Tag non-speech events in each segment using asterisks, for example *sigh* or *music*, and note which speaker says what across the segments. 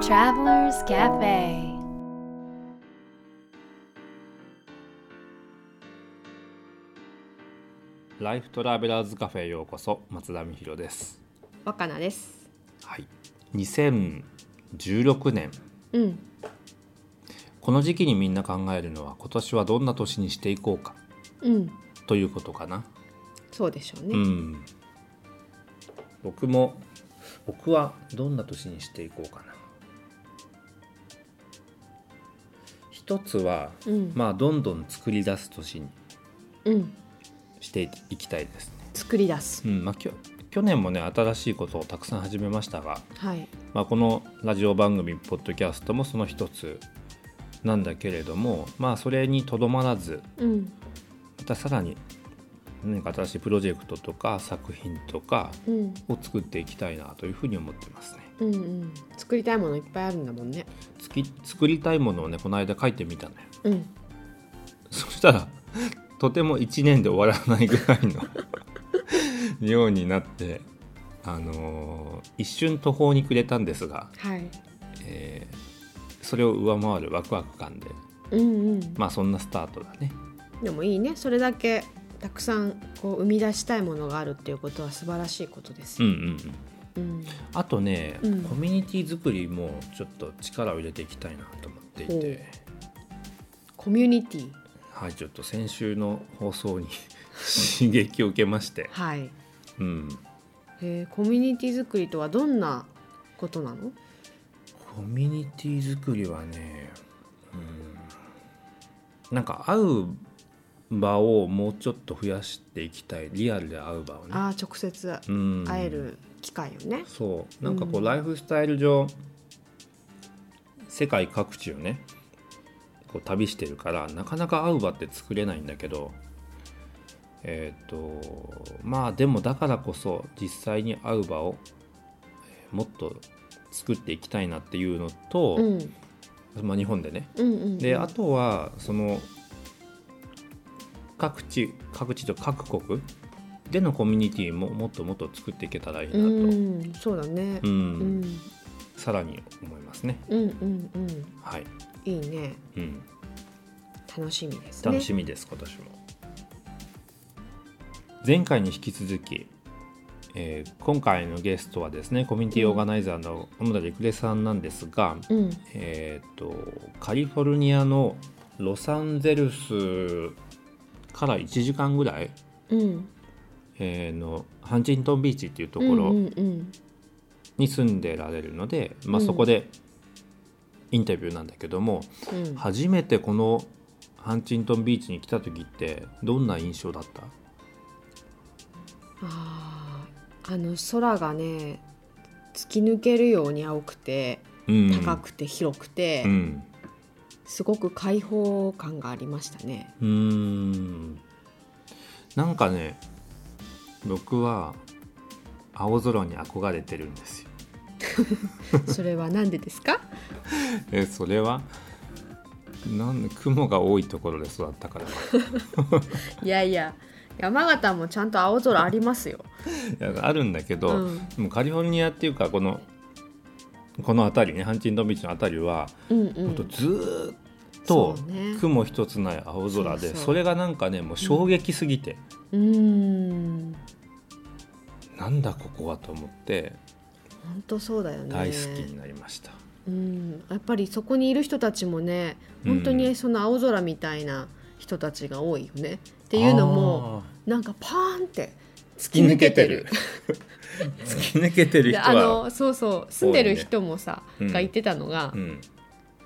Speaker 1: Travelers Cafe
Speaker 2: ライフトラベラーズカフェへようこそ松田美弘です。
Speaker 3: 若菜です。
Speaker 2: はい。2016年
Speaker 3: うん。
Speaker 2: この時期にみんな考えるのは今年はどんな年にしていこうか
Speaker 3: うん。
Speaker 2: ということかな。
Speaker 3: そうでしょう
Speaker 2: う
Speaker 3: ね。
Speaker 2: ん。僕も僕はどんな年にしていこうかな。一つは、
Speaker 3: うん。
Speaker 2: まあどんどん作り出す年に
Speaker 3: うん。
Speaker 2: していきたいですね。
Speaker 3: 作り出す。
Speaker 2: うん。まあきょ去年もね新しいことをたくさん始めましたが。
Speaker 3: はい。
Speaker 2: まあ、このラジオ番組ポッドキャストもその一つなんだけれども、まあ、それにとどまらず
Speaker 3: うん。
Speaker 2: またさらに何か新しいプロジェクトとか作品とか
Speaker 3: うん。
Speaker 2: を作っていきたいなというふうに思ってますね。
Speaker 3: うんうん。作りたいものいっぱいあるんだもんね。
Speaker 2: つき作りたいものをねこの間書いてみたのよ。
Speaker 3: うん。
Speaker 2: そしたらとても1年で終わらないぐらいの *laughs* ようになって、あのー一瞬途方に暮れたんですが、
Speaker 3: はい。
Speaker 2: えーそれを上回るワクワク感で
Speaker 3: うんうん。
Speaker 2: まあそんなスタートだね。
Speaker 3: でもいいね。それだけたくさんこう生み出したいものがあるっていうことは素晴らしいことです。
Speaker 2: うんうんうん。
Speaker 3: うん。
Speaker 2: あとね、
Speaker 3: うん
Speaker 2: コミュニティ作りもちょっと力を入れていきたいなと思ってい
Speaker 3: ほ
Speaker 2: て
Speaker 3: う、コミュニティ。
Speaker 2: はい、ちょっと先週の放送に *laughs* 刺激を受けまして、
Speaker 3: はい。
Speaker 2: うん、
Speaker 3: へえコミュニティ作りとはどんなことなの？
Speaker 2: コミュニティ作りはね、うん、なんか会う場をもうちょっと増やしていきたい、リアルで会う場をね。
Speaker 3: ああ直接
Speaker 2: うん、
Speaker 3: 会える機会よね。
Speaker 2: そうなんかこう、
Speaker 3: うん
Speaker 2: ライフスタイル上世界各地をねこう旅してるからなかなか会う場って作れないんだけどえっ、とまあでもだからこそ実際に会う場をえーもっと作っていきたいなっていうのと、
Speaker 3: うん。
Speaker 2: まあ、日本でね
Speaker 3: うんうん、うん。
Speaker 2: であとはその各地各地と各国でのコミュニティももっともっと作っていけたらいいなと。
Speaker 3: うん。そうだね。
Speaker 2: う、
Speaker 3: うんん
Speaker 2: さらに思いますね。
Speaker 3: うんうんうん
Speaker 2: はい、
Speaker 3: いいね
Speaker 2: うん、
Speaker 3: 楽しみですね
Speaker 2: 楽しみです、今年も。前回に引き続き、えー今回のゲストはですね、コミュニティオーガナイザーの小野田陸礼さんなんですが、
Speaker 3: うん
Speaker 2: えっ、とカリフォルニアのロサンゼルスから1時間ぐらい、
Speaker 3: うん
Speaker 2: えーのハンチントンビーチっていうとこ
Speaker 3: う
Speaker 2: ろ
Speaker 3: んうん
Speaker 2: に住んでられるので、まあ
Speaker 3: うん
Speaker 2: そこでインタビューなんだけども、
Speaker 3: うんうん
Speaker 2: 初めてこのハンチントンビーチに来た時ってどんな印象だった
Speaker 3: あーあの空がね突き抜けるように青くて高くて広くて、
Speaker 2: うん
Speaker 3: すごく開放感がありました
Speaker 2: *laughs*
Speaker 3: ね
Speaker 2: うーんなんかね僕は青空に憧れてるんですよ
Speaker 3: それはなんでですか
Speaker 2: えそれはなんで雲が多いところで育ったからい
Speaker 3: いやいや山形もちゃんと青空ありますよ
Speaker 2: やあるんだけど、
Speaker 3: うん
Speaker 2: でもカリフォルニアっていうかこのこの辺りねハンチントンビーチの辺りは
Speaker 3: うんう
Speaker 2: ほんと
Speaker 3: ん
Speaker 2: ずーっと
Speaker 3: そうね
Speaker 2: 雲一つない青空で、
Speaker 3: そうそう
Speaker 2: それがなんかねもう衝撃すぎて、
Speaker 3: うーん
Speaker 2: なんだここはと思って
Speaker 3: 本当そうだよね
Speaker 2: 大好きになりました、
Speaker 3: うん、やっぱりそこにいる人たちもね
Speaker 2: うん
Speaker 3: 本当にその青空みたいな人たちが多いよね、っていうのもなんかパーンって突
Speaker 2: 突き抜けてる突き抜けてる
Speaker 3: で
Speaker 2: 人
Speaker 3: あ
Speaker 2: は、
Speaker 3: のそうそう住んでる人もさ、
Speaker 2: 多いねうん
Speaker 3: が言ってたのが、
Speaker 2: う
Speaker 3: っ
Speaker 2: ん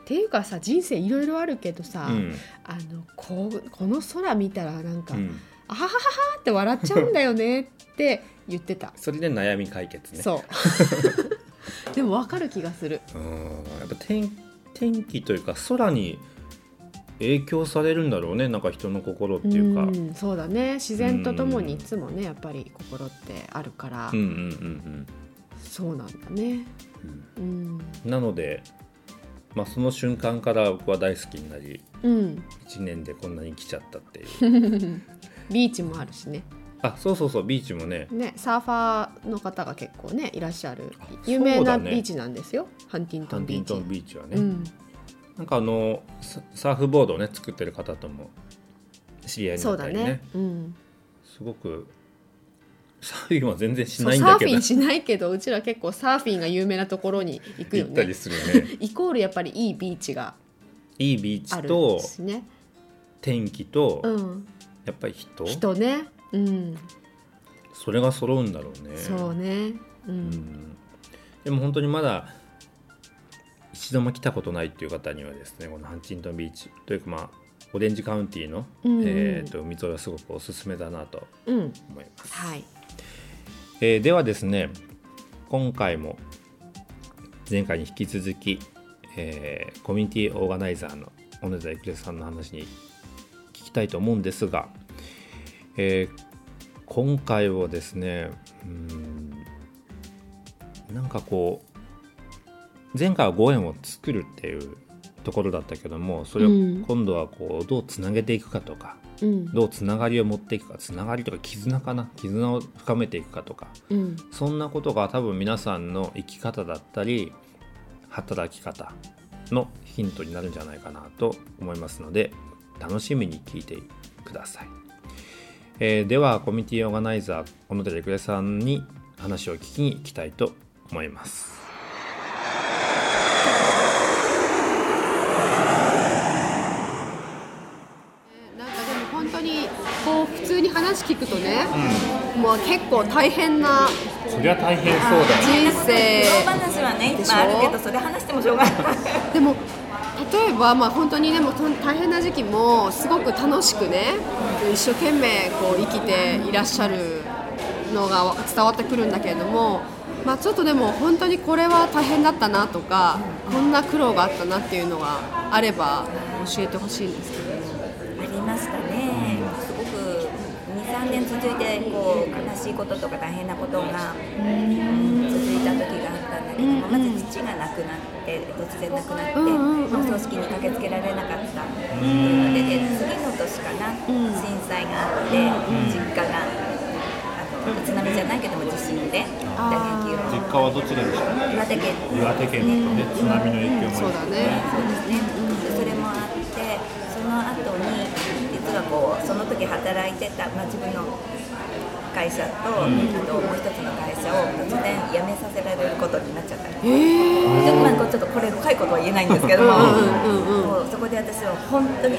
Speaker 3: ていうかさ人生いろいろあるけどさ、
Speaker 2: うん
Speaker 3: あのこうこの空見たらなんか、
Speaker 2: うん、
Speaker 3: あははははって笑っちゃうんだよねって言ってた
Speaker 2: それで悩み解決 *laughs* ね
Speaker 3: そう *laughs* でも分かる気がする
Speaker 2: うんやっぱ天天気というか空に影響されるんだろうねなんか人の心っていうか、うん、
Speaker 3: んそうだね自然とともにいつもねやっぱり心ってあるから、
Speaker 2: うんうん
Speaker 3: そうなんだね
Speaker 2: うん
Speaker 3: うん、
Speaker 2: うんなので、まあ、その瞬間から僕は大好きになり
Speaker 3: うん、
Speaker 2: 1年でこんなに来ちゃったっていう *laughs*
Speaker 3: ビーチもあるしね
Speaker 2: あそうそうそうビーチもね
Speaker 3: ね、サーファーの方が結構ねいらっしゃる
Speaker 2: あ
Speaker 3: 有名
Speaker 2: そうだ
Speaker 3: な
Speaker 2: ね
Speaker 3: ビーチなんですよ、ハンティント
Speaker 2: ハン
Speaker 3: ン
Speaker 2: テ
Speaker 3: ビ
Speaker 2: ィ
Speaker 3: ー
Speaker 2: ン
Speaker 3: チ。
Speaker 2: トンビーチはね、
Speaker 3: うん、
Speaker 2: なんかあのササーフボードをね作ってる方とも知り合いに
Speaker 3: そ
Speaker 2: な
Speaker 3: う
Speaker 2: った
Speaker 3: だ
Speaker 2: りね
Speaker 3: ね、うん、
Speaker 2: すごくサーフィンは全然し
Speaker 3: そ
Speaker 2: な
Speaker 3: う
Speaker 2: いん
Speaker 3: サー
Speaker 2: だ
Speaker 3: フ
Speaker 2: けど
Speaker 3: ィンしないけどうちら結構サーフィンが有名なところに行くよ
Speaker 2: 行ったり
Speaker 3: ね
Speaker 2: するよ
Speaker 3: *laughs*
Speaker 2: ね
Speaker 3: イコールやっぱりいいビーチが
Speaker 2: いいビー
Speaker 3: あ
Speaker 2: チ
Speaker 3: る
Speaker 2: と
Speaker 3: しね、
Speaker 2: 天気と、
Speaker 3: うん、
Speaker 2: やっぱり人
Speaker 3: 人ね、うん、
Speaker 2: それが揃うんだろうね
Speaker 3: そうね、う、
Speaker 2: うんんでも本当にまだ一度も来たことないっていう方にはですねこのハンチントンビーチというかまあオレンジカウンティーの、
Speaker 3: うんうん
Speaker 2: えー、と海沿いはすごくおすすめだなと
Speaker 3: うん、
Speaker 2: 思います、
Speaker 3: はい、
Speaker 2: えーではですね今回も前回に引き続き、えーコミュニティオーガナイザーの小野田郁恵さんの話に聞きたいと思うんですが、えー今回はですねうーんなんかこう前回はご縁を作るっていうところだったけどもそれを
Speaker 3: うん
Speaker 2: 今度はこうどうつなげていくかとか、
Speaker 3: うん、
Speaker 2: どうつながりを持っていくかつながりとか絆かな絆を深めていくかとか
Speaker 3: うん、
Speaker 2: そんなことが多分皆さんの生き方だったり働き方のヒントになるんじゃないかなと思いますので楽しみに聞いてください、えーではコミュニティオーガナイザー小野寺郁恵さんに話を聞きに行きたいと思います
Speaker 3: なんかでも本当にこう普通に話聞くとね、もう結構大変な
Speaker 2: そりゃ大変そう
Speaker 3: 人生
Speaker 4: 苦労話はねいっぱいあるけどそれ話してもしょうがない
Speaker 3: でも例えばまあ本当にでもと大変な時期もすごく楽しくね一生懸命こう生きていらっしゃるのが伝わってくるんだけれども、まあ、ちょっとでも本当にこれは大変だったなとかこんな苦労があったなっていうのがあれば教えてほしいんですけど。
Speaker 4: ありましたねすごく23年続いてこう悲しいこととか大変なことがうん続いた時があったんだけどもまず父が亡くなって突然亡くなって
Speaker 3: うんうんうん
Speaker 4: お葬式に駆けつけられなかったっていうのでで次の年かな震災があって実家があの津波じゃないけども地震で打撃を
Speaker 2: 家はどちらでしょう
Speaker 4: 岩手県
Speaker 2: 岩手県のね津波の影響
Speaker 3: そうだね
Speaker 4: そうですね、それもあってその後に実はこうその時働いてた、まあ、自分の会社と、あともう一つの会社を突然辞めさせられることになっちゃったんです、ちょっとまあこうちょっとこれ深いことは言えないんですけども
Speaker 3: うんうんうんうん
Speaker 4: もうそこで私は本当に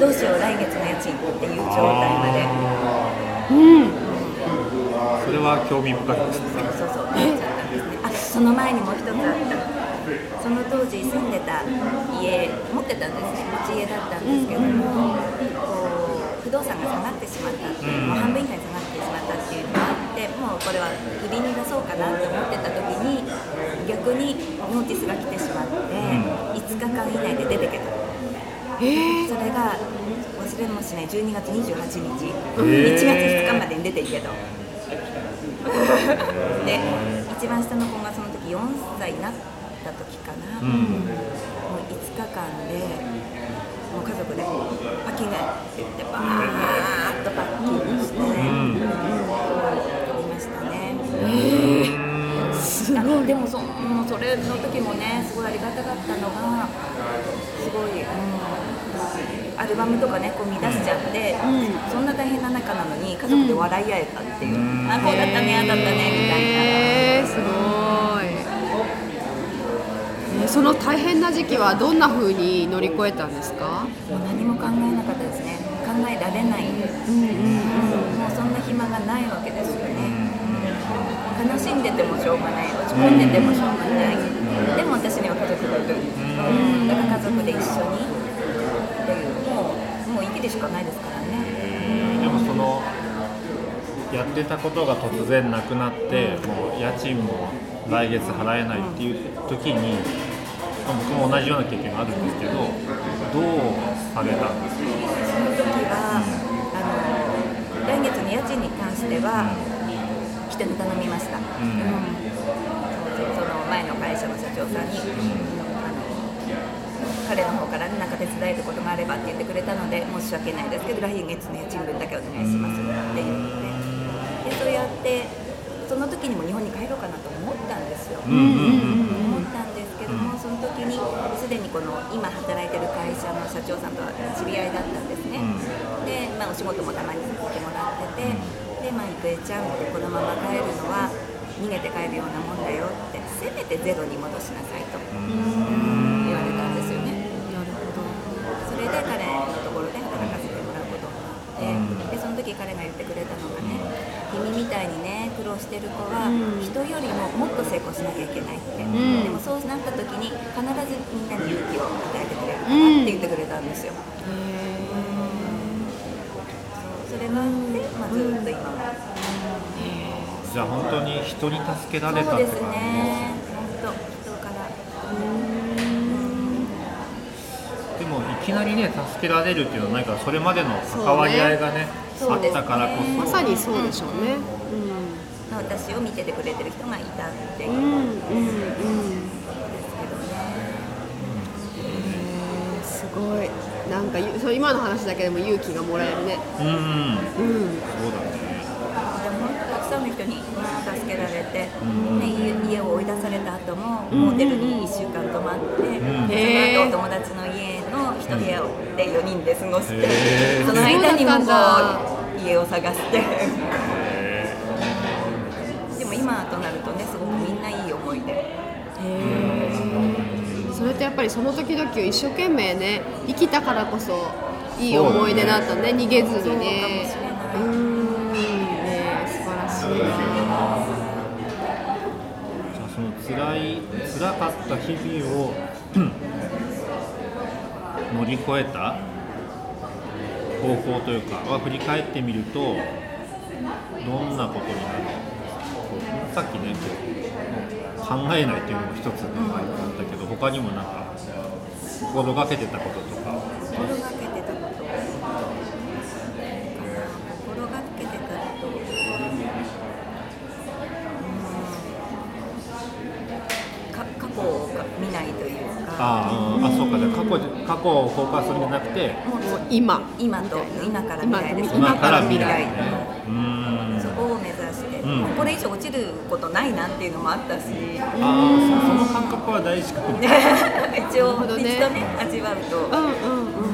Speaker 4: どうしよう来月の家賃っていう状態まで
Speaker 2: それは興味深いですね
Speaker 4: そうそうなっちゃったんですねあその前にもう一つあったその当時住んでた家持ってたんですね持ち家だったんですけども、こう不動産が下がってしまったっていう、もう半分以下に下がってしまったっていうのがあってもうこれは売りに出そうかなって思ってた時に逆にノーティスが来てしまって、5日間以内で出てけた。それが忘れもしない12月28日、1月2日までに出ていけと。で一番下の子がその時4歳になった時かな、もう5日間でもう家族で「パキンが」って言ってバーッとパッキンして、うん、やりましたね。あでもそもうそれの時もねすごいありがたかったのがすごい、うん、アルバムとかねこう見出しちゃって、そんな大変な中なのに家族で笑い合えたっていう、あこうだったねああだったねみたいな。
Speaker 3: えー、すごい、えーその大変な時期はどんな風に乗り越えたんですか
Speaker 4: もう何も考えなかったですね考えられない、もうそんな暇がないわけですよね、悲しんでてもしょうがない落ち込んでてもしょうがない、でも私には家族がいる、うんだから家族で一緒にっていうもうもう生きるしかないですからね
Speaker 2: でもそのやってたことが突然なくなって、もう家賃も来月払えないっていう時に僕も同じような経験があるんですけどどうされたんですか
Speaker 4: その時はあの来月の家賃に関しては人に頼みました、
Speaker 2: ん
Speaker 4: その前の会社の社長さんに、あの彼の方から、ね、なんか手伝えることがあればって言ってくれたので申し訳ないですけど来月の家賃分だけお願いしますって言って。そうやってその時にも日本に帰ろうかなと思ったんですよ、
Speaker 2: うんうん
Speaker 4: 思ったんですけども、その時にすでにこの今働いてる会社の社長さんとは知り合いだったんですね、
Speaker 2: うん
Speaker 4: で、まあ、お仕事もたまにさせてもらってて、で、まあ、郁恵ちゃんってこのまま帰るのは逃げて帰るようなもんだよってせめてゼロに戻しなさいと言われたんですよね、
Speaker 3: なるほ
Speaker 4: それで彼のところで働かせてもらうことになってでその時彼が言ってくれたのがね君みたいにね苦労してる子は
Speaker 3: うん
Speaker 4: 人よりももっと成功しなきゃいけないって、
Speaker 3: ん
Speaker 4: でもそうなった時に必ずみんなに勇気を与えてくれるから
Speaker 3: うん
Speaker 4: って言ってくれたんですよ、
Speaker 3: ど
Speaker 4: そうそれがあって、まあ、ずっと今も、
Speaker 2: じゃあ本当に人に助けられたっ
Speaker 4: そう
Speaker 2: て
Speaker 4: で
Speaker 2: 感じ
Speaker 4: すね本当人から
Speaker 2: でもいきなりね助けられるっていうのはないからそれまでの関わり合いがね
Speaker 4: そうね
Speaker 2: あったからこそ、
Speaker 3: まさにそうでしょうね
Speaker 4: まあ私を見ててくれてる人がいたっていう
Speaker 3: うんうんうんうん
Speaker 4: ですけどね、
Speaker 3: えーすごいなんかゆそう今の話だけでも勇気がもらえるね
Speaker 2: うんうん
Speaker 3: うん
Speaker 2: そうだね
Speaker 4: でも本当たくさんの人に助けられて、
Speaker 2: うん
Speaker 4: ね、家家を追い出された後もホテルに1週間泊まって、
Speaker 2: ん
Speaker 4: でその後お友達の家の一部屋で4人で過ごして、
Speaker 2: へー
Speaker 4: その間にも
Speaker 3: そうだっ
Speaker 4: こう家を探してでも今となるとねすごくみんないい思い出
Speaker 3: へーそれってやっぱりその時々を一生懸命ね生きたからこそいい思い出だったね逃げずにね
Speaker 4: そうかもしれないう
Speaker 3: ーんね素晴らしいな
Speaker 2: じゃあその辛い辛かった日々を *clears throat* 乗り越えた方法というかは振り返ってみるとどんなことになるこうさっきねこう考えないというのも一つねあったけど他にもなんか心がけてたこととか
Speaker 4: 心がけてたこと心がけてたことか過去を見ないというか
Speaker 2: あーあそうかじゃあ過去に過去をフォーカスするんじゃなくて
Speaker 4: もう
Speaker 3: もう今
Speaker 4: 今と今から未
Speaker 3: 今
Speaker 4: 来です
Speaker 2: 今から未
Speaker 3: 未
Speaker 2: 来
Speaker 3: 来
Speaker 2: ねうーん
Speaker 4: そこを目指して、
Speaker 2: うん
Speaker 4: もうこれ以上落ちることないなっていうのもあったし
Speaker 2: あーそその感覚は大事かも
Speaker 4: 一応
Speaker 3: なるほどね
Speaker 4: 一度ね味わうと
Speaker 3: うんうんうん
Speaker 4: あ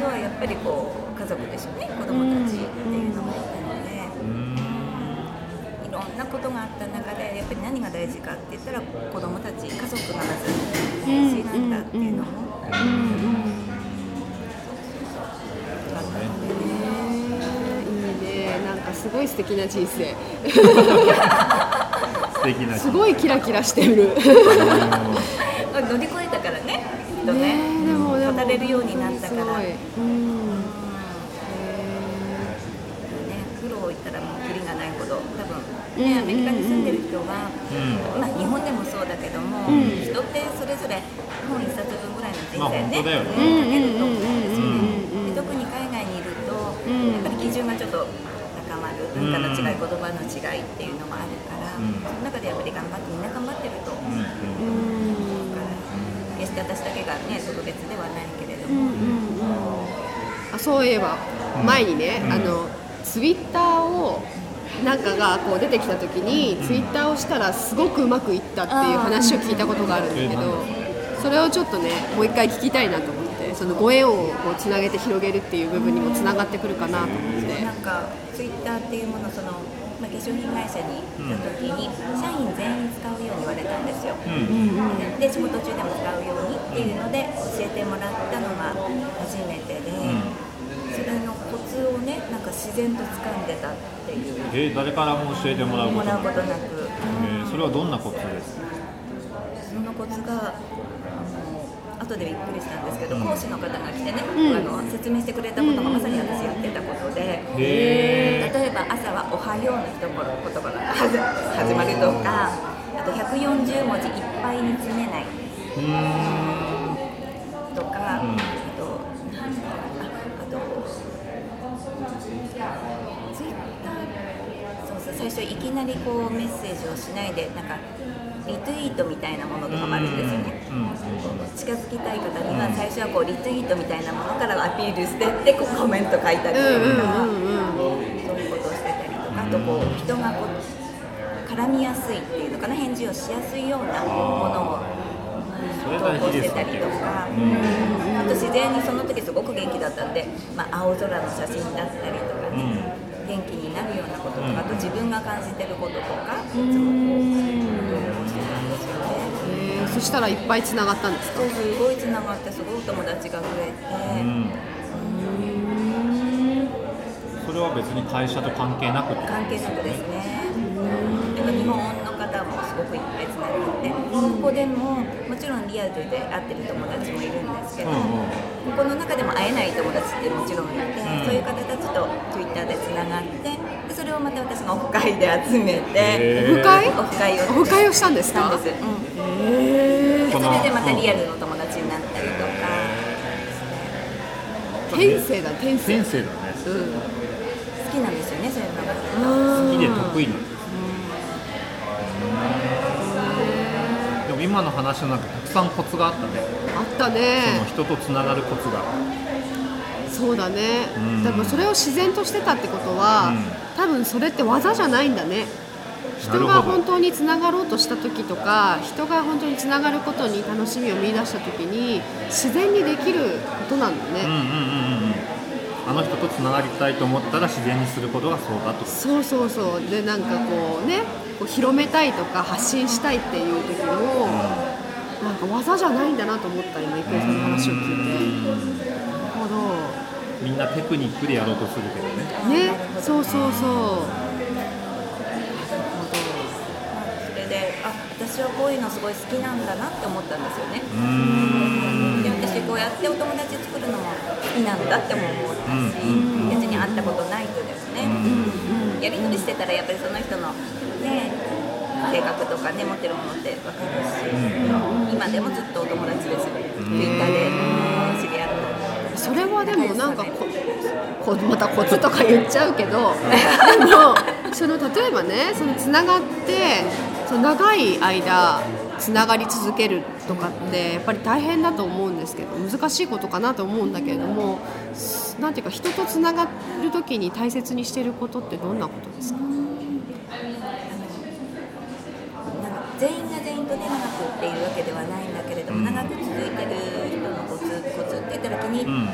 Speaker 4: とはやっぱりこう家族でしょうね子供たちっていうのもあったので。
Speaker 2: うーん
Speaker 4: いろんなことがあった中でやっぱり何が大事かって言ったら子供たち家族がまず大事なんだっていうのも、
Speaker 3: ねいいねなんかすごい素敵な人生
Speaker 2: 素敵な
Speaker 3: すごいキラキラしてる
Speaker 4: 乗り越えたからねきっとね
Speaker 3: ねでもでも
Speaker 4: 語れるようになったから
Speaker 3: 本当に
Speaker 4: ね
Speaker 3: すごいうん
Speaker 4: 苦労を言ったらもうキリがないほど多分
Speaker 3: うん
Speaker 4: ねアメリカに住んでる人は、
Speaker 2: う
Speaker 4: まあ、日本でもそうだけども、
Speaker 3: ん
Speaker 4: 人ってそれぞれ本一冊分ぐらいの人
Speaker 2: まあ
Speaker 4: 生ね
Speaker 2: 本当だよね
Speaker 4: かけると思うんですよね。で特に海外にいると、
Speaker 3: ん
Speaker 4: やっぱり基準がちょっと高まる文化の違い、言葉の違いっていうのもあるから、
Speaker 2: うん
Speaker 4: その中でやっぱり頑張ってみんな頑張ってると思うから、
Speaker 2: ん
Speaker 4: 決して私だけがね特別ではないけれど
Speaker 3: うんう
Speaker 4: も、
Speaker 3: んうんあそういえば前にね、
Speaker 2: うん
Speaker 3: あのツイッターをなんかがこう出てきた時に、ツイッターをしたらすごくうまくいったっていう話を聞いたことがあるんだけど、それをちょっとねもう一回聞きたいなと思ってそのご縁をこうつなげて広げるっていう部分にもつながってくるかなと思って。
Speaker 4: なんかツイッターっていうものその、まあ、化粧品会社に行った時に、社員全員使うように言われたんですよ。
Speaker 2: うん
Speaker 4: で仕事中でも使うようにっていうので教えてもらったのが初めてで、それのコツをねなんか自然と掴んでたっていう
Speaker 2: えー誰からも教えてもらうこ
Speaker 4: も
Speaker 2: と
Speaker 4: らう
Speaker 2: な
Speaker 4: こ
Speaker 2: い
Speaker 4: となく
Speaker 2: えーそれはどんなコツですか
Speaker 4: そのコツがあの後でびっくりしたんですけど、
Speaker 2: うん
Speaker 4: 講師の方が来てね、
Speaker 3: うん
Speaker 4: あの説明してくれたことがまさに私やってたことで。
Speaker 2: へ
Speaker 4: 例えば朝は「おはよう」の一言から始始まるとかあと140文字いっぱいに詰めない
Speaker 2: ーうーんうん
Speaker 4: とか、あとなんだろうなあとツイッターそうそう最初初いきなりこうメッセージをしないでなんかリツイートみたいなものとかもあるんですよね、
Speaker 2: うんうん
Speaker 4: 近づきたい方には最初はこうリツイートみたいなものからアピールしてってこうコメント書いたりとか、そういうことをしてたりとかあとこう人がこう絡みやすいっていうのかな返事をしやすいようなものを
Speaker 2: それ
Speaker 4: 投
Speaker 2: 大事
Speaker 4: 稿し
Speaker 2: で
Speaker 4: て
Speaker 2: すね
Speaker 4: たりとか、
Speaker 2: うん
Speaker 4: あと自然にその時すごく元気だったんで、まあ、青空の写真だったりとかね、元気になるようなこととかあと自分が感じてることとかいつもこう投稿してたんですよね。
Speaker 3: えーそしたらいっぱいつながったんですか
Speaker 4: そうすごいつながってすごい友達が増えて、
Speaker 2: うんそれは別に会社と関係なく
Speaker 4: 関係なくですね、だから日本の方もすごくいっぱいつながって、ここでももちろんリアルで会ってる友達もいるんですけ
Speaker 2: う
Speaker 4: ど、
Speaker 2: んうん
Speaker 4: ここの中でも会えない友達ってもちろんいて、そういう方たちと Twitter でつながってでそれをまた私がオフ会で集めて、
Speaker 2: へ
Speaker 3: オ
Speaker 2: ー
Speaker 3: フ会
Speaker 4: オフ会を
Speaker 3: オフ会をしたんです
Speaker 4: した
Speaker 3: か
Speaker 4: んです、うんで
Speaker 2: こ
Speaker 4: そ
Speaker 2: の
Speaker 4: れでまたリアルの友達になったりとか、
Speaker 3: 天性だ天性
Speaker 2: 先生だね
Speaker 3: うん
Speaker 4: 好きなんですよねそういうのが。
Speaker 2: 好きで得意なんですでも今の話の中でたくさんコツがあったね
Speaker 3: あった
Speaker 2: その
Speaker 3: ね
Speaker 2: 人とつながるコツが
Speaker 3: そうだね
Speaker 2: うん
Speaker 3: 多分それを自然としてたってことは
Speaker 2: うん
Speaker 3: 多分それって技じゃないんだね
Speaker 2: なる
Speaker 3: 人
Speaker 2: ほど
Speaker 3: が本当につながろうとした時とか人が本当につながることに楽しみを見出した時に自然にできることなんだね、
Speaker 2: うんうんうんうんうんあの人とつながりたいと思ったら自然にすることがそうだと
Speaker 3: そうそうそうでなんかこうねこう広めたいとか発信したいっていう時も、なんか技じゃないんだなと思った今郁恵さんの話を聞いてなるほど
Speaker 2: みんなテクニックでやろうとするけどね
Speaker 3: ねそうそうそう
Speaker 4: それであ私はこういうのすごい好きなんだなって思ったんですよね
Speaker 2: うーん
Speaker 4: で私こうやってお友達作るのも好きなんだっても思ったし、
Speaker 2: うん
Speaker 4: 別に会ったことない人ですね、やり取りしてたらやっぱりその人のね性格とかね持ってるものって分かるし、今でもずっとお友達ですよ Twitter で知り合った
Speaker 3: それはでもなんかここまたコツとか言っちゃう *laughs* けどでもその例えばねそのつながってその長い間つながり続けるとかってやっぱり大変だと思うんですけど難しいことかなと思うんだけれどもすなんていうか人とつながる時に大切にしてることってどんなことですか
Speaker 4: なんか全員が全員とね長くっていうわけではないんだけれども、長く続いてる人のコツコツって言ったら気に、
Speaker 2: うん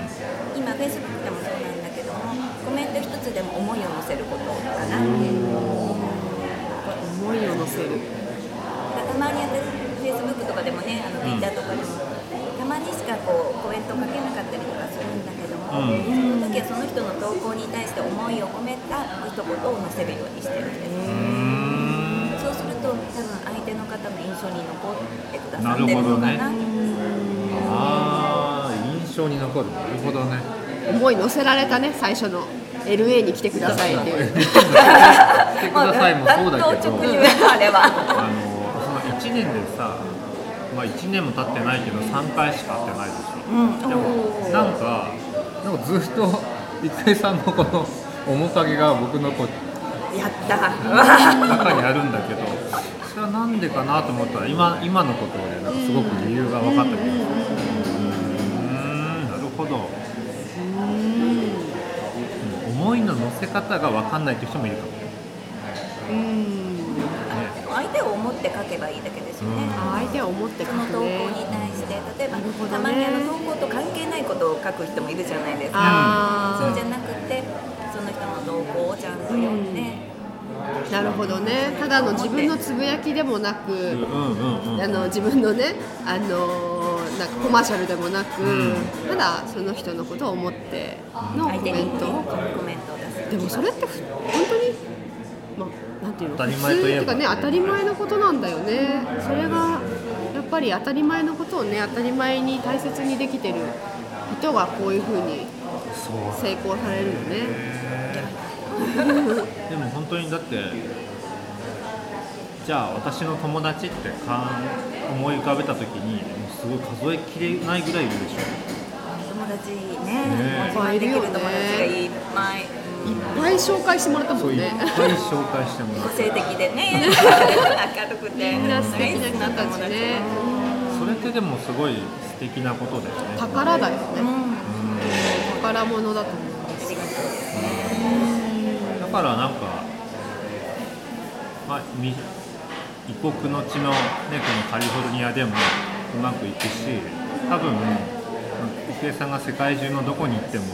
Speaker 4: 今フェイスブックでもそうなんだけどもコメント一つでも思いを乗せることかなってこう
Speaker 3: 思いを乗せる
Speaker 4: たまに私フェイスブックとかでもねあの Twitter とかでも、たまにしかこうコメントをかけなかったりとかするんだけども、その時はその人の投稿に対して思いを込めた一言を載せるようにしてるんです、そうすると多分相手の方の印象に残ってくださってるのかな
Speaker 2: なるほどああ印象に残るなるほどね
Speaker 3: 思い乗せられたね最初の LA に来てくださいって *laughs* いう
Speaker 2: してくださいもそうだ
Speaker 4: *laughs*
Speaker 2: けど
Speaker 4: 直入あれは
Speaker 2: あのその1年でさ、まあ、1年も経ってないけど3回しか会ってないでしょ、 *laughs* でもなんかなんかずっと郁恵さんのこの面影が僕のこう
Speaker 4: やった *laughs* ー
Speaker 2: 中にあるんだけどそれはなんでかなと思ったら今今のことでなんかすごく理由が分かったけどうーんなるほどうん思いの乗せ方が分かんないって人もいるかもね
Speaker 4: 相手を思って書けばいいだけですよね、
Speaker 3: あ相手を思って書
Speaker 4: その投
Speaker 3: く
Speaker 4: 稿
Speaker 3: ね
Speaker 4: に対して例えば、
Speaker 3: なるほどね
Speaker 4: たまにあの投稿と関係ないことを書く人もいるじゃないですか
Speaker 3: あー
Speaker 4: そうじゃなくてその人の投稿をちゃんと読んで、
Speaker 3: なるほどねただの自分のつぶやきでもなく、
Speaker 2: うんうんうん
Speaker 3: あの自分のねあのーなんかコマーシャルでもなく、
Speaker 2: ん
Speaker 3: ただその人のことを思ってのコ
Speaker 4: 相手
Speaker 3: メ
Speaker 4: に
Speaker 3: ン
Speaker 4: ね
Speaker 3: トを
Speaker 4: コメントを出す
Speaker 3: でもそれってふ本当に、まあ、なんていうの
Speaker 2: 当たり前と
Speaker 3: 普通っ
Speaker 2: いえば
Speaker 3: ていうかね当たり前のことなんだよねそれがやっぱり当たり前のことをね当たり前に大切にできてる人がこういうふうに
Speaker 2: そう
Speaker 3: 成功されるのね
Speaker 2: でも本当にだってじゃあ私の友達ってかん思い浮かべた時にもうすごい数えきれないぐらいいるでしょ
Speaker 4: 友達達ね
Speaker 2: ね
Speaker 4: 自慢できる友達がいっぱい、
Speaker 3: いっぱい紹介してもらったも
Speaker 2: そうんいっ
Speaker 3: ね
Speaker 2: ぱい紹介してもら
Speaker 4: 個
Speaker 2: って
Speaker 4: 性的でね明るくて
Speaker 3: みんな素敵な人たちね
Speaker 2: それってでもすごい素敵なことだよね
Speaker 3: 宝だよ
Speaker 4: うん
Speaker 3: ね宝物だと思う
Speaker 4: ありがとう
Speaker 2: だからなんか、まあ、み異国の地の,、ね、このカリフォルニアでもうまくいくし多分郁恵さんが世界中のどこに行っても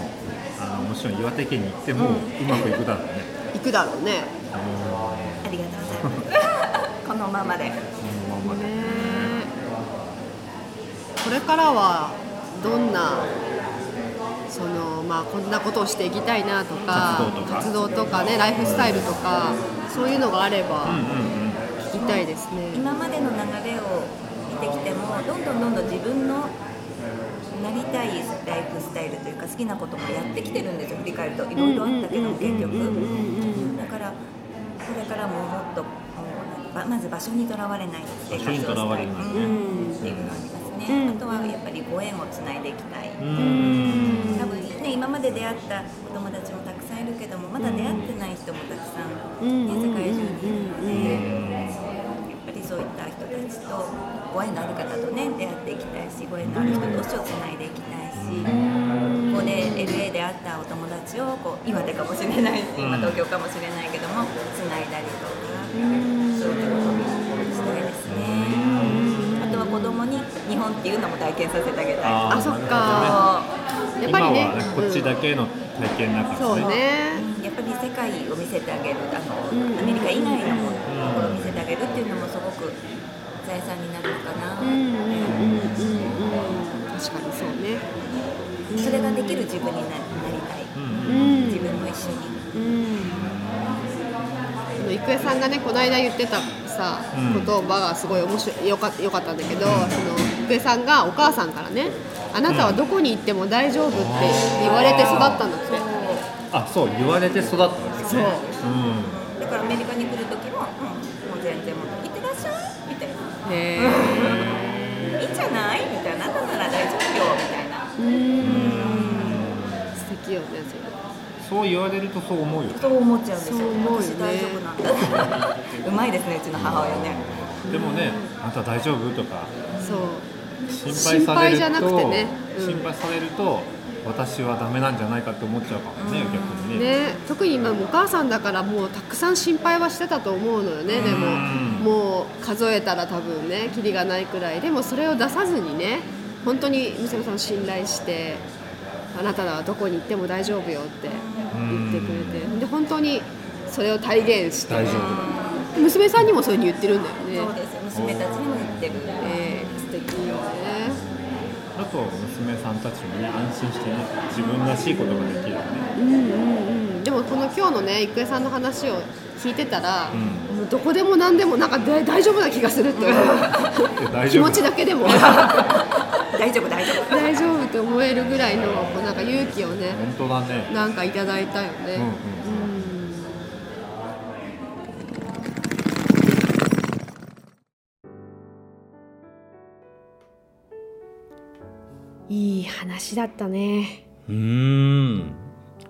Speaker 2: あのもちろん岩手県に行ってもうまくいくだろうね、
Speaker 3: 行くだろうね
Speaker 2: あの
Speaker 4: ありがとうござい
Speaker 3: *laughs*
Speaker 4: ますこのままで
Speaker 2: そのままで、
Speaker 3: ねこれからはどんなそのまあこんなことをしていきたいなとか
Speaker 2: 活
Speaker 3: 動とかねライフスタイルとかそういうのがあれ
Speaker 2: うんう
Speaker 3: ば
Speaker 2: んうん
Speaker 3: 聞きたいですね、
Speaker 4: 今までの流れを見てきてもどんどんどんどん自分のなりたいライフスタイルというか好きなこともやってきてるんですよ振り返るといろいろあったけども結局だからこれからももっともうばまず場所にとらわれない
Speaker 2: 場所にとらわれないね
Speaker 4: うん
Speaker 3: うん
Speaker 4: っていうのがありますね、あとはやっぱりご縁をつないでいきたい、
Speaker 2: うん
Speaker 4: 多分ね今まで出会ったお友達もたくさんいるけどもまだ出会ってない人もたくさん、ね、世界中にいるので、やっぱりそういった人たちとご縁のある方とね出会っていきたいしご縁のある人同士をつないでいきたいし、ここで LA で会ったお友達をこう岩手かもしれないし、
Speaker 2: ん
Speaker 4: まあ東京かもしれないけどもつないだりとか、そういったこともしたいですね。あとは子供に日本っていうのも体験させてあげたい。
Speaker 2: あー
Speaker 3: あそっか
Speaker 2: なる
Speaker 3: やっ
Speaker 2: ほ
Speaker 3: ぱ
Speaker 2: ど
Speaker 3: りね
Speaker 2: ね今は、ね、こっちだけの体験だから
Speaker 3: うん
Speaker 2: ね
Speaker 3: そうね
Speaker 4: やっぱり世界を見せてあげるあの、アメリカ以外のものを見せてあげるっていうのもすごく財産になるのかな、
Speaker 3: うんうんうんうんうん確かにそうね
Speaker 4: それができる自分にななりたい、
Speaker 2: うんうん
Speaker 3: うん
Speaker 4: 自分も一緒に
Speaker 3: その郁恵さんがねこの間言ってたさ、
Speaker 2: うん
Speaker 3: 言葉がすごい面白いよかよかったんだけど、その郁恵さんがお母さんからね「あなたはどこに行っても大丈夫」って言われて育ったんだって、
Speaker 2: あそう言われて育ったんですねそう、うん
Speaker 4: だからアメリカに来る時も、うん、もう全然もう行ってらっしゃいみたいな
Speaker 3: へ
Speaker 4: いいんじゃないみたいなあなたなら大丈夫よみたいな
Speaker 3: えうん素敵よね
Speaker 2: そう言われるとそう思うよ
Speaker 4: そう思っちゃうんですよ
Speaker 3: そう思うよね
Speaker 4: 私大丈夫なんだ *laughs* うまいですねうちの母親ね
Speaker 2: でもねあんた大丈夫とか
Speaker 3: それそう
Speaker 2: 心配され
Speaker 3: 心配
Speaker 2: ると
Speaker 3: じゃなくてねうん
Speaker 2: 心配されると私はダメなんじゃないかって思っちゃうかもね逆にね
Speaker 3: ね、特に今お母さんだからもうたくさん心配はしてたと思うのよねでも
Speaker 2: うん
Speaker 3: もう数えたら多分ねキリがないくらいでもそれを出さずにね本当に娘さんを信頼してあなたはどこに行っても大丈夫よって言ってくれてで本当にそれを体現して
Speaker 2: 大丈夫だ
Speaker 3: 娘さんにもそういうふうに言ってるんだよ
Speaker 4: そう
Speaker 3: ね、
Speaker 4: ですよ娘たちにも言ってる、
Speaker 3: えー素敵よね
Speaker 2: あと娘さんたちもね安心してね自分らしいことができるよね
Speaker 3: でもこの今日のね郁恵さんの話を聞いてたら、
Speaker 2: う
Speaker 3: もうどこでも何でもなんか大大丈夫な気がするって *laughs* 思う
Speaker 2: で大
Speaker 3: 気
Speaker 2: 丈夫
Speaker 3: 持ちだけで
Speaker 2: *laughs*
Speaker 3: も
Speaker 4: 大丈夫大丈夫
Speaker 3: 大丈夫って思えるぐらいのこうなんか勇気をね
Speaker 2: 本当だね
Speaker 3: なんかいただいたよね、
Speaker 2: うんうん
Speaker 1: いい話だったね。
Speaker 2: うーん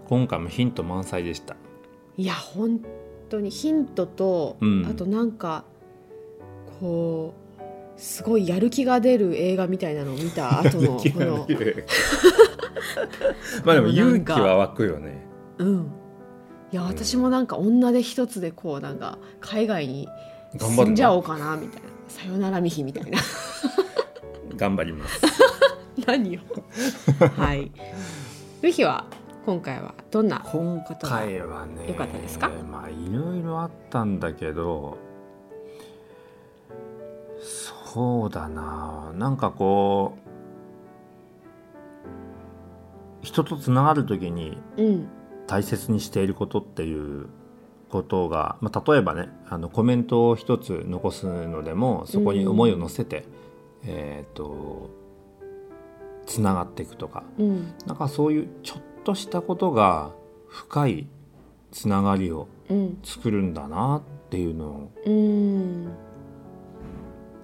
Speaker 2: 今回もヒント満載でした
Speaker 3: いや本当にヒントと、
Speaker 2: うん
Speaker 3: あとなんかこうすごいやる気が出る映画みたいなのを見た後のこの、
Speaker 2: *laughs* まあでも
Speaker 3: でもな
Speaker 2: 勇
Speaker 3: ん
Speaker 2: 気
Speaker 3: か
Speaker 2: は湧くよね
Speaker 3: うん、いや私もなんか女で一つでこうなんか海外に
Speaker 2: 頑張る
Speaker 3: 住
Speaker 2: ね
Speaker 3: んじゃおうかなみたいな「さよならみひ」みたいな
Speaker 2: 頑張ります
Speaker 3: 何よはいミヒは今回はどんな
Speaker 2: 今
Speaker 3: 方が
Speaker 2: 回はね
Speaker 3: 良かったですか
Speaker 2: まあいろいろあったんだけどそうだななんかこう人とつながる時に
Speaker 3: うん
Speaker 2: 大切にしていることっていうことが、まあ、例えばねあのコメントを一つ残すのでもそこに思いを乗せて、えっ、とつながっていくとか
Speaker 3: うん
Speaker 2: なんかそういうちょっとしたことが深いつながりを
Speaker 3: うん
Speaker 2: 作るんだなっていうのを
Speaker 3: うん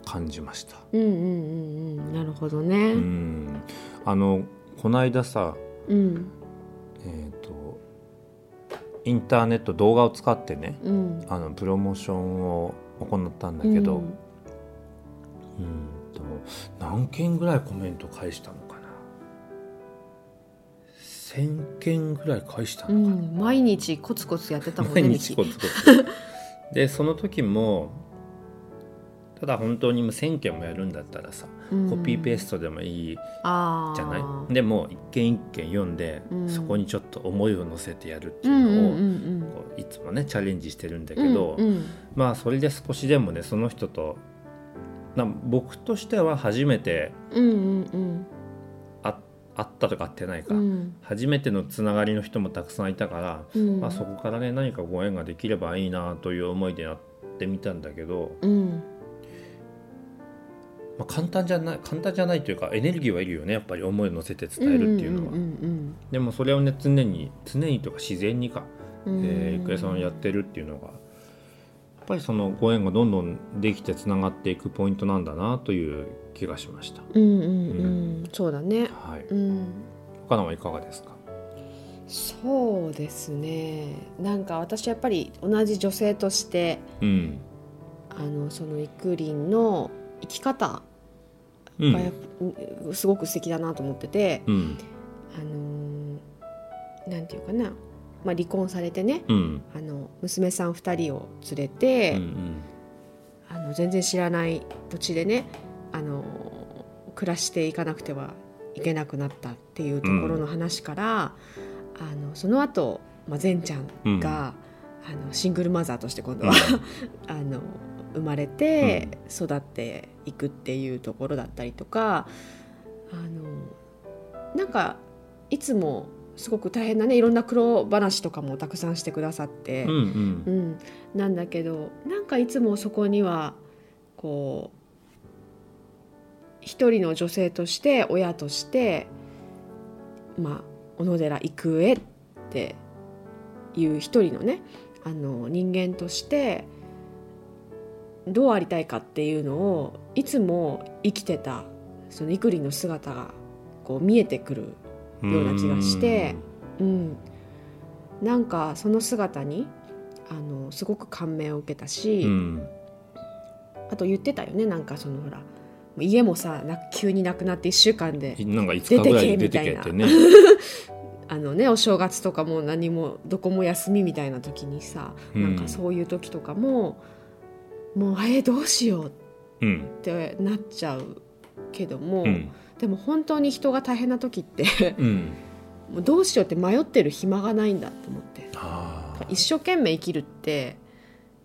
Speaker 2: 感じました。
Speaker 3: うんうんうんうんなるほど
Speaker 2: う
Speaker 3: ね
Speaker 2: んあのここの間さ
Speaker 3: うん
Speaker 2: えっ、とインターネット動画を使ってね
Speaker 3: うん
Speaker 2: あのプロモーションを行ったんだけ
Speaker 3: うん
Speaker 2: ど、うんと何件ぐらいコメント返したのかな1,000件ぐらい返したの
Speaker 3: う
Speaker 2: かな、
Speaker 3: ん、毎日コツコツやってたもんね
Speaker 2: 毎日コツコツでその時もただ本当にもう1,000件もやるんだったらさコピーペー
Speaker 3: ス
Speaker 2: ストでもいい
Speaker 3: ト
Speaker 2: じゃない、でも一件一件読んで、
Speaker 3: うん
Speaker 2: そこにちょっと思いを乗せてやるって
Speaker 3: う
Speaker 2: い
Speaker 3: んう
Speaker 2: う
Speaker 3: ん
Speaker 2: の
Speaker 3: う
Speaker 2: を、
Speaker 3: ん
Speaker 2: こういつもねチャレンジしてるんだ
Speaker 3: う
Speaker 2: け
Speaker 3: ん
Speaker 2: ど、
Speaker 3: うんうん
Speaker 2: まあそれで少しでもねその人とな僕としては初めて
Speaker 3: うんうん
Speaker 2: 会会ったとか会ってないか、
Speaker 3: うん
Speaker 2: 初めてのつながりの人もたくさんいたから、
Speaker 3: うん
Speaker 2: まあ、そこからね何かご縁ができればいいなという思いでやってみたんだけど、
Speaker 3: うん
Speaker 2: まあ、簡単じゃない簡単じゃないというかエネルギーはいるよねやっぱり思いを乗せて伝えるっていうのは。
Speaker 3: んん
Speaker 2: でもそれをね常に常にというか自然にか、
Speaker 3: うんうん
Speaker 2: えー、郁恵さんはやってるっていうのがやっぱりそのご縁がどんどんできてつながっていくポイントなんだなという気がしました。
Speaker 3: うんうんうんそうだね
Speaker 2: はい、
Speaker 3: うん
Speaker 2: 他のはいかがですか。
Speaker 3: そうですねなんか私やっぱり同じ女性として
Speaker 2: うん。
Speaker 3: あのその育林の生き方
Speaker 2: う
Speaker 3: がやっ
Speaker 2: ん。
Speaker 3: ぱ、うんすごく素敵だなと思ってて、
Speaker 2: うん。
Speaker 3: あのーなんていうかな、まあ、離婚されてね
Speaker 2: うん。
Speaker 3: あの娘さん2人を連れ
Speaker 2: う
Speaker 3: て、
Speaker 2: ん。
Speaker 3: あの全然知らない土地でね、あのー暮らしていかなくてはいけなくなったっていうところの話から、あのその後、まあ、善ちゃんが、あのシングルマザーとして今度は、 *laughs* あの生まれて育っていくっていうところだったりとか、あのなんかいつもすごく大変なねいろんな苦労話とかもたくさんしてくださって。
Speaker 2: うん。うん
Speaker 3: う。ん、なんだけどなんかいつもそこにはこう一人の女性として親としてまあ小野寺育恵っていう一人のねあの人間としてどうありたいかっていうのをいつも生きてたその育林の姿がこう見えてくる
Speaker 2: うん。
Speaker 3: ような気がしてうん、なんかその姿にあのすごく感銘を受けたし、
Speaker 2: うん。
Speaker 3: あと言ってたよねなんかそのほら家もさな急になくなって1週間で
Speaker 2: なんかいつかぐらいに
Speaker 3: 出
Speaker 2: 出て
Speaker 3: て
Speaker 2: け
Speaker 3: け
Speaker 2: って
Speaker 3: み
Speaker 2: ね。
Speaker 3: あのねお正月とかも何もどこも休みみたいな時にさ、
Speaker 2: うん
Speaker 3: なんかそういう時とかももうえーどうしようっ
Speaker 2: うん。
Speaker 3: てなっちゃ *laughs* うけども、
Speaker 2: うん。
Speaker 3: でも本当に人が大変な時って *laughs*
Speaker 2: うん。
Speaker 3: もうどうしようって迷ってる暇がないんだと思って。
Speaker 2: ああ。
Speaker 3: 一生懸命生きるって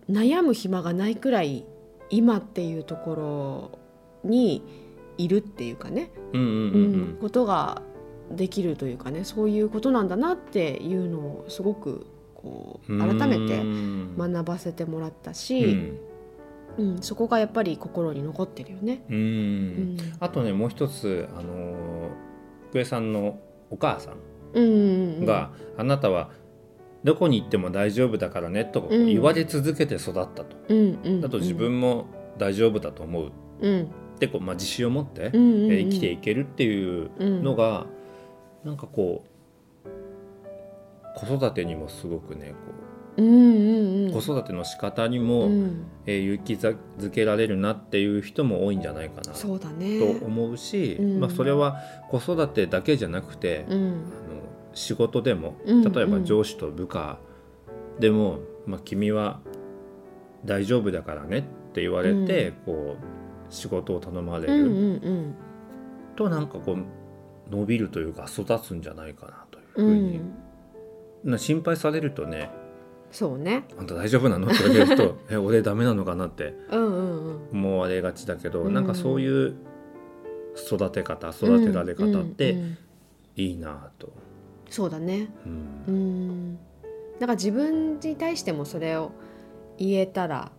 Speaker 3: 悩む暇がないくらい今っていうところにいるっていうかね、
Speaker 2: うん。うん。
Speaker 3: うんことができるというかねそういうことなんだなっていうのをすごくこ
Speaker 2: う。
Speaker 3: うん
Speaker 2: うん。
Speaker 3: 改めて
Speaker 2: 学
Speaker 3: 学ばせてもらった
Speaker 2: び。う
Speaker 3: し、
Speaker 2: ん。
Speaker 3: うんそこがやっぱり心に残ってるよね。
Speaker 2: う。
Speaker 3: うんん
Speaker 2: あとねもう一つあのー福江さんのお母さ
Speaker 3: うんうんうん
Speaker 2: んが、あなたはどこに行っても大丈夫だからねと
Speaker 3: うん
Speaker 2: 言われ続けて育ったと、
Speaker 3: うんうんうん
Speaker 2: だと自分も大丈夫だと思う
Speaker 3: うん
Speaker 2: ってこう、まあ、自信を持って、
Speaker 3: うんうんうん
Speaker 2: えー生きていけるっていうのが、なんかこう子育てにもすごくね
Speaker 3: うんうんうん
Speaker 2: こう子育ての仕方にも、
Speaker 3: うん
Speaker 2: えー勇気づけられるなっていう人も多いんじゃないかな
Speaker 3: そうだ
Speaker 2: と
Speaker 3: ね。
Speaker 2: 思うし、
Speaker 3: うん
Speaker 2: まあ、それは子育てだけじゃなくて、
Speaker 3: う
Speaker 2: あの
Speaker 3: ん
Speaker 2: 仕事でも
Speaker 3: うん
Speaker 2: 例え
Speaker 3: う
Speaker 2: ば
Speaker 3: ん
Speaker 2: 上司と部下でも「まあ、君は大丈夫だからね」って言われて、こう仕事を頼まれ
Speaker 3: うん
Speaker 2: る
Speaker 3: うん
Speaker 2: となんかこう伸びるというか育つんじゃないかなという
Speaker 3: う
Speaker 2: ふ
Speaker 3: んう
Speaker 2: うに、
Speaker 3: ん
Speaker 2: な心配されるとね
Speaker 3: そうね。
Speaker 2: 「あんた大丈夫なの?」って言われると「え俺ダメなのかな?」って
Speaker 3: うんうんうん。
Speaker 2: 思われがちだけど、
Speaker 3: うん
Speaker 2: なんかそういう育て方育てられ方って、
Speaker 3: うんうんうん
Speaker 2: いいなと、
Speaker 3: そうだね
Speaker 2: うん
Speaker 3: うんなんか自分に対してもそれを言えたら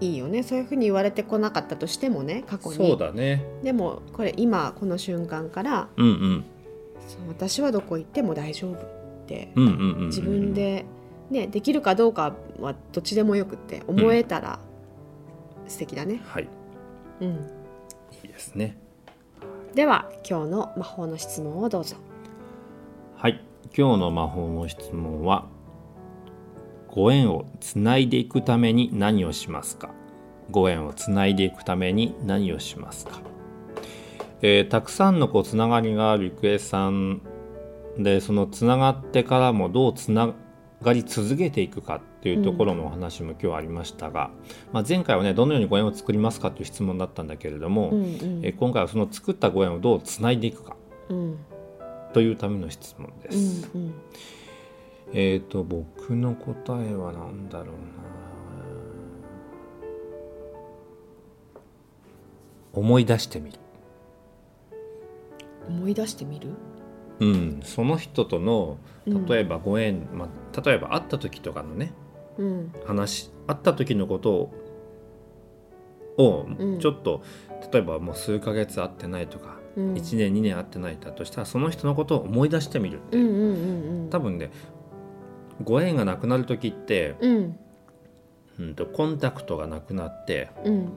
Speaker 3: いいよねそういうふうに言われてこなかったとしてもね過去に
Speaker 2: そうだね
Speaker 3: でもこれ今この瞬間から
Speaker 2: うんうん
Speaker 3: そう私はどこ行っても大丈夫って
Speaker 2: うんうんうんうん
Speaker 3: 自分で、ね、できるかどうかはどっちでもよくって思えたら素敵だね
Speaker 2: はい
Speaker 3: うん
Speaker 2: いいですね
Speaker 3: では今日の魔法の質問をどうぞ
Speaker 2: はい今日の魔法の質問はご縁をつないでいくために何をしますかご縁をつないでいくために何をしますか、えーたくさんのこうつながりがある郁恵さんでそのつながってからもどうつながり続けていくかっていうところのお話も今日ありましたが、まあ、前回はねどのようにご縁を作りますかという質問だったんだけれども、
Speaker 3: うんうん
Speaker 2: えー今回はその作ったご縁をどうつないでいくか
Speaker 3: うん
Speaker 2: というための質問です。
Speaker 3: うんうん
Speaker 2: えー、と僕の答えは何だろうな思い出してみる
Speaker 3: 思い出してみる
Speaker 2: うんその人との
Speaker 3: うん
Speaker 2: 例えばご縁、まあ、例えば会った時とかのね
Speaker 3: うん
Speaker 2: 話会った時のことをを
Speaker 3: うん
Speaker 2: ちょっと、例えばもう数ヶ月会ってないとか、
Speaker 3: うん
Speaker 2: 1年2年会ってないだとしたらその人のことを思い出してみるって、
Speaker 3: うんうんうんうん
Speaker 2: 多分ねご縁がなくなる時って、
Speaker 3: うん
Speaker 2: うん、とコンタクトがなくなって
Speaker 3: うん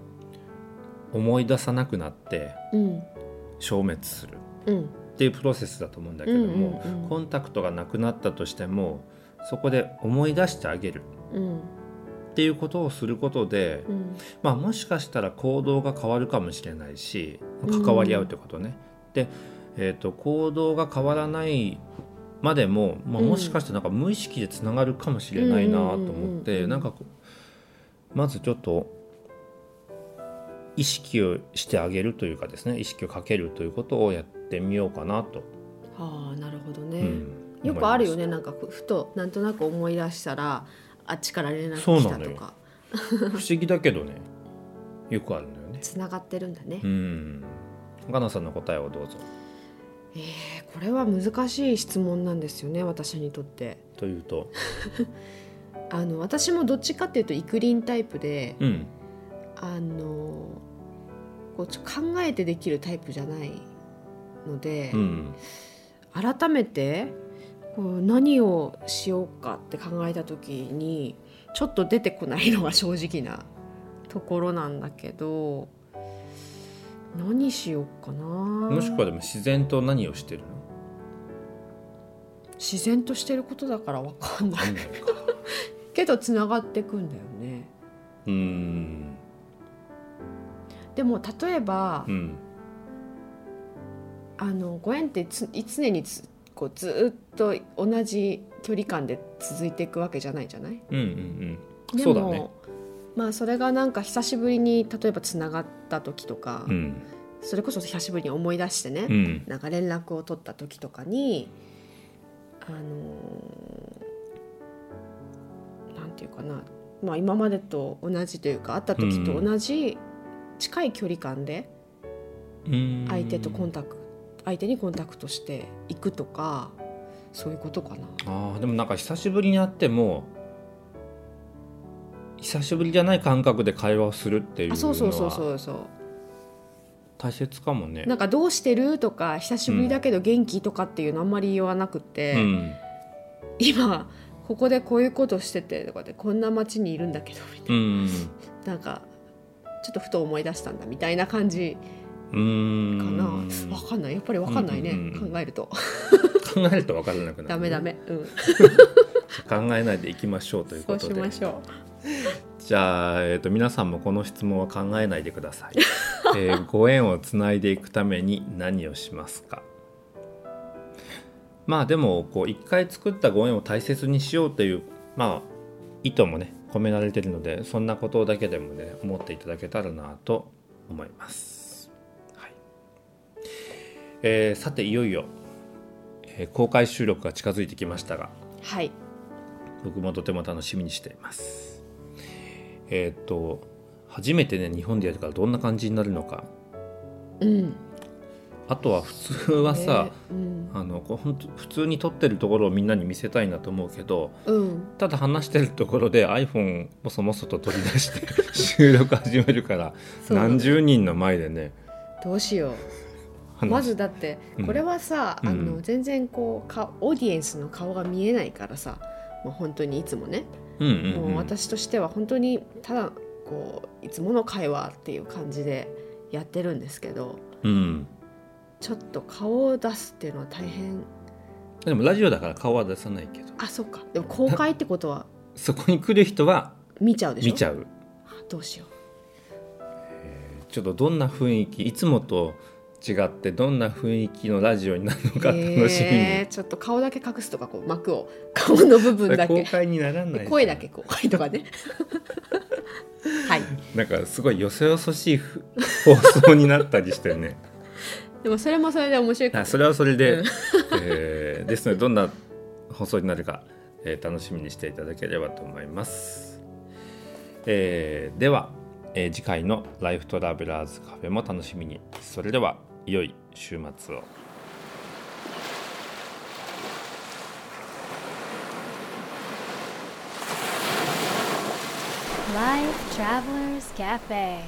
Speaker 2: 思い出さなくなって
Speaker 3: うん
Speaker 2: 消滅する
Speaker 3: うん
Speaker 2: っていうプロセスだと思うんだけども、
Speaker 3: うんうんうん
Speaker 2: コンタクトがなくなったとしてもそこで思い出してあげる
Speaker 3: うん
Speaker 2: っていうことをすることで、
Speaker 3: うん
Speaker 2: まあ、もしかしたら行動が変わるかもしれないし関わり合うってことね。で、えー、と行動が変わらないまでも、まあ、
Speaker 3: うん
Speaker 2: もしかしてなんか無意識でつながるかもしれないなと思っ
Speaker 3: うんうんうんうん
Speaker 2: て
Speaker 3: うん
Speaker 2: なんかこうまずちょっと意識をしてあげるというかですね意識をかけるということをやってみようかなと、
Speaker 3: ああなるほどね、
Speaker 2: うん
Speaker 3: よくあるよ
Speaker 2: 思い
Speaker 3: ねなんかふふとなんとなく思い出したらあっちから連絡
Speaker 2: そう
Speaker 3: 来
Speaker 2: な
Speaker 3: た
Speaker 2: の
Speaker 3: と
Speaker 2: よ
Speaker 3: か
Speaker 2: ます不思議だけどねよくあるんだよね。
Speaker 3: つながってるんだね、
Speaker 2: うん岡野さんの答えをどうぞ
Speaker 3: えーこれは難しい質問なんですよね私にとって
Speaker 2: というと、
Speaker 3: あの私もどっちかっていうとイクリンタイプで、
Speaker 2: うん、
Speaker 3: あのこうちょ考えてできるタイプじゃないので、
Speaker 2: うん
Speaker 3: 改めてこう何をしようかって考えた時にちょっと出てこないのが正直なところなんだけど何しようかな
Speaker 2: もしくはでも自然と何をしてるの
Speaker 3: 自然としてることだから分かんな
Speaker 2: 何
Speaker 3: い *laughs*
Speaker 2: なのか
Speaker 3: けどつながってくんだよね
Speaker 2: うーん
Speaker 3: でも例えば、
Speaker 2: うん
Speaker 3: あのご縁ってつ常につこうずーっと同じ距離感で続いていくわけじゃないじゃない
Speaker 2: うんうんうん
Speaker 3: で
Speaker 2: そ
Speaker 3: も
Speaker 2: うだね
Speaker 3: まあそれがなんか久しぶりに例えばつながった時とか、
Speaker 2: うん
Speaker 3: それこそ久しぶりに思い出してね、
Speaker 2: うん
Speaker 3: なんか連絡を取った時とかにあのーなんていうかな、まあ、今までと同じというか会った時と同じ近い距離感で
Speaker 2: うーん
Speaker 3: 相手とコンタクト、相手にコンタクトしていくとかそういうことかな。
Speaker 2: あーでもなんか久しぶりに会っても久しぶりじゃない感覚で会話をするっていう
Speaker 3: あ
Speaker 2: の
Speaker 3: そうそうそう
Speaker 2: は
Speaker 3: そうそう
Speaker 2: 大切かもね
Speaker 3: なんか「どうしてる?」とか「久しぶりだけど元気?」とかっていうのあんまり言わなくて、
Speaker 2: うん
Speaker 3: 今ここでこういうことしててとかでこんな街にいるんだけどみた
Speaker 2: う
Speaker 3: い
Speaker 2: ん
Speaker 3: な,、なんかちょっとふと思い出したんだみたいな感じ
Speaker 2: うー
Speaker 3: かな、わ
Speaker 2: ん
Speaker 3: かんないやっぱりわかんないね、
Speaker 2: うんうんうん
Speaker 3: 考えると
Speaker 2: *laughs* 考えると分からなくなる
Speaker 3: ダメダメ、うん、
Speaker 2: 考えないでいきましょうという
Speaker 3: そ
Speaker 2: こ
Speaker 3: う
Speaker 2: と
Speaker 3: し
Speaker 2: で
Speaker 3: ましょ
Speaker 2: じゃあ、えー、と皆さんもこの質問は考えないでください、えーご縁をつないでいくために何をしますかまあでもこう一回作ったご縁を大切にしようというまあ意図もね込められてるのでそんなことだけでもね思っていただけたらなと思います、はいえーさていよいよ、えー公開収録が近づいてきましたが
Speaker 3: うはい
Speaker 2: 僕もとても楽しみにしていますえーっと初めてね日本でやるからどんな感じになるのか
Speaker 3: うん
Speaker 2: あとは普通はさ、
Speaker 3: えーうん
Speaker 2: あのこうほんと普通に撮ってるところをみんなに見せたいなと思うけど
Speaker 3: うん
Speaker 2: ただ話してるところで iPhone もそもそと取り出して
Speaker 3: *laughs*
Speaker 2: 収録始めるから
Speaker 3: そう
Speaker 2: 何十人の前でね
Speaker 3: どうしよう
Speaker 2: 話
Speaker 3: まずだって
Speaker 2: うん
Speaker 3: これはさ、
Speaker 2: うん
Speaker 3: あの全然こうかオーディエンスの顔が見えないからさもう本当にいつもね
Speaker 2: うんうんうん
Speaker 3: もう私としては本当にただこういつもの会話っていう感じでやってるんですけど
Speaker 2: うん
Speaker 3: ちょっと顔を出すっていうのは大変
Speaker 2: でもラジオだから顔は出さないけど
Speaker 3: あそっかでも公開ってことは
Speaker 2: そこに来る人は
Speaker 3: 見ちゃうでしょ
Speaker 2: 見ち
Speaker 3: う
Speaker 2: ゃう
Speaker 3: どうしよ
Speaker 2: ちょっとどんな雰囲気いつもと違ってどんな雰囲気のラジオになるの
Speaker 3: う
Speaker 2: か楽しみに、
Speaker 3: えーちょっと顔だけ隠すとかこう幕を顔の部
Speaker 2: そ
Speaker 3: 分
Speaker 2: れ
Speaker 3: だ
Speaker 2: 公
Speaker 3: け
Speaker 2: 開にならな
Speaker 3: *laughs*
Speaker 2: い
Speaker 3: 声だけ公開とかねはい
Speaker 2: なんかすごいよそよそしいふ放送になったりし
Speaker 3: *laughs*
Speaker 2: てね
Speaker 3: でもそれもそれで面白いか
Speaker 2: あ
Speaker 3: も
Speaker 2: それはそれで、
Speaker 3: うん
Speaker 2: えーですのでどんな放送になるか、えー楽しみにしていただければと思います、えーでは、えー次回の「ライフトラベラーズカフェ」も楽しみにそれでは良い週末を
Speaker 5: 「Life Travelers Cafe」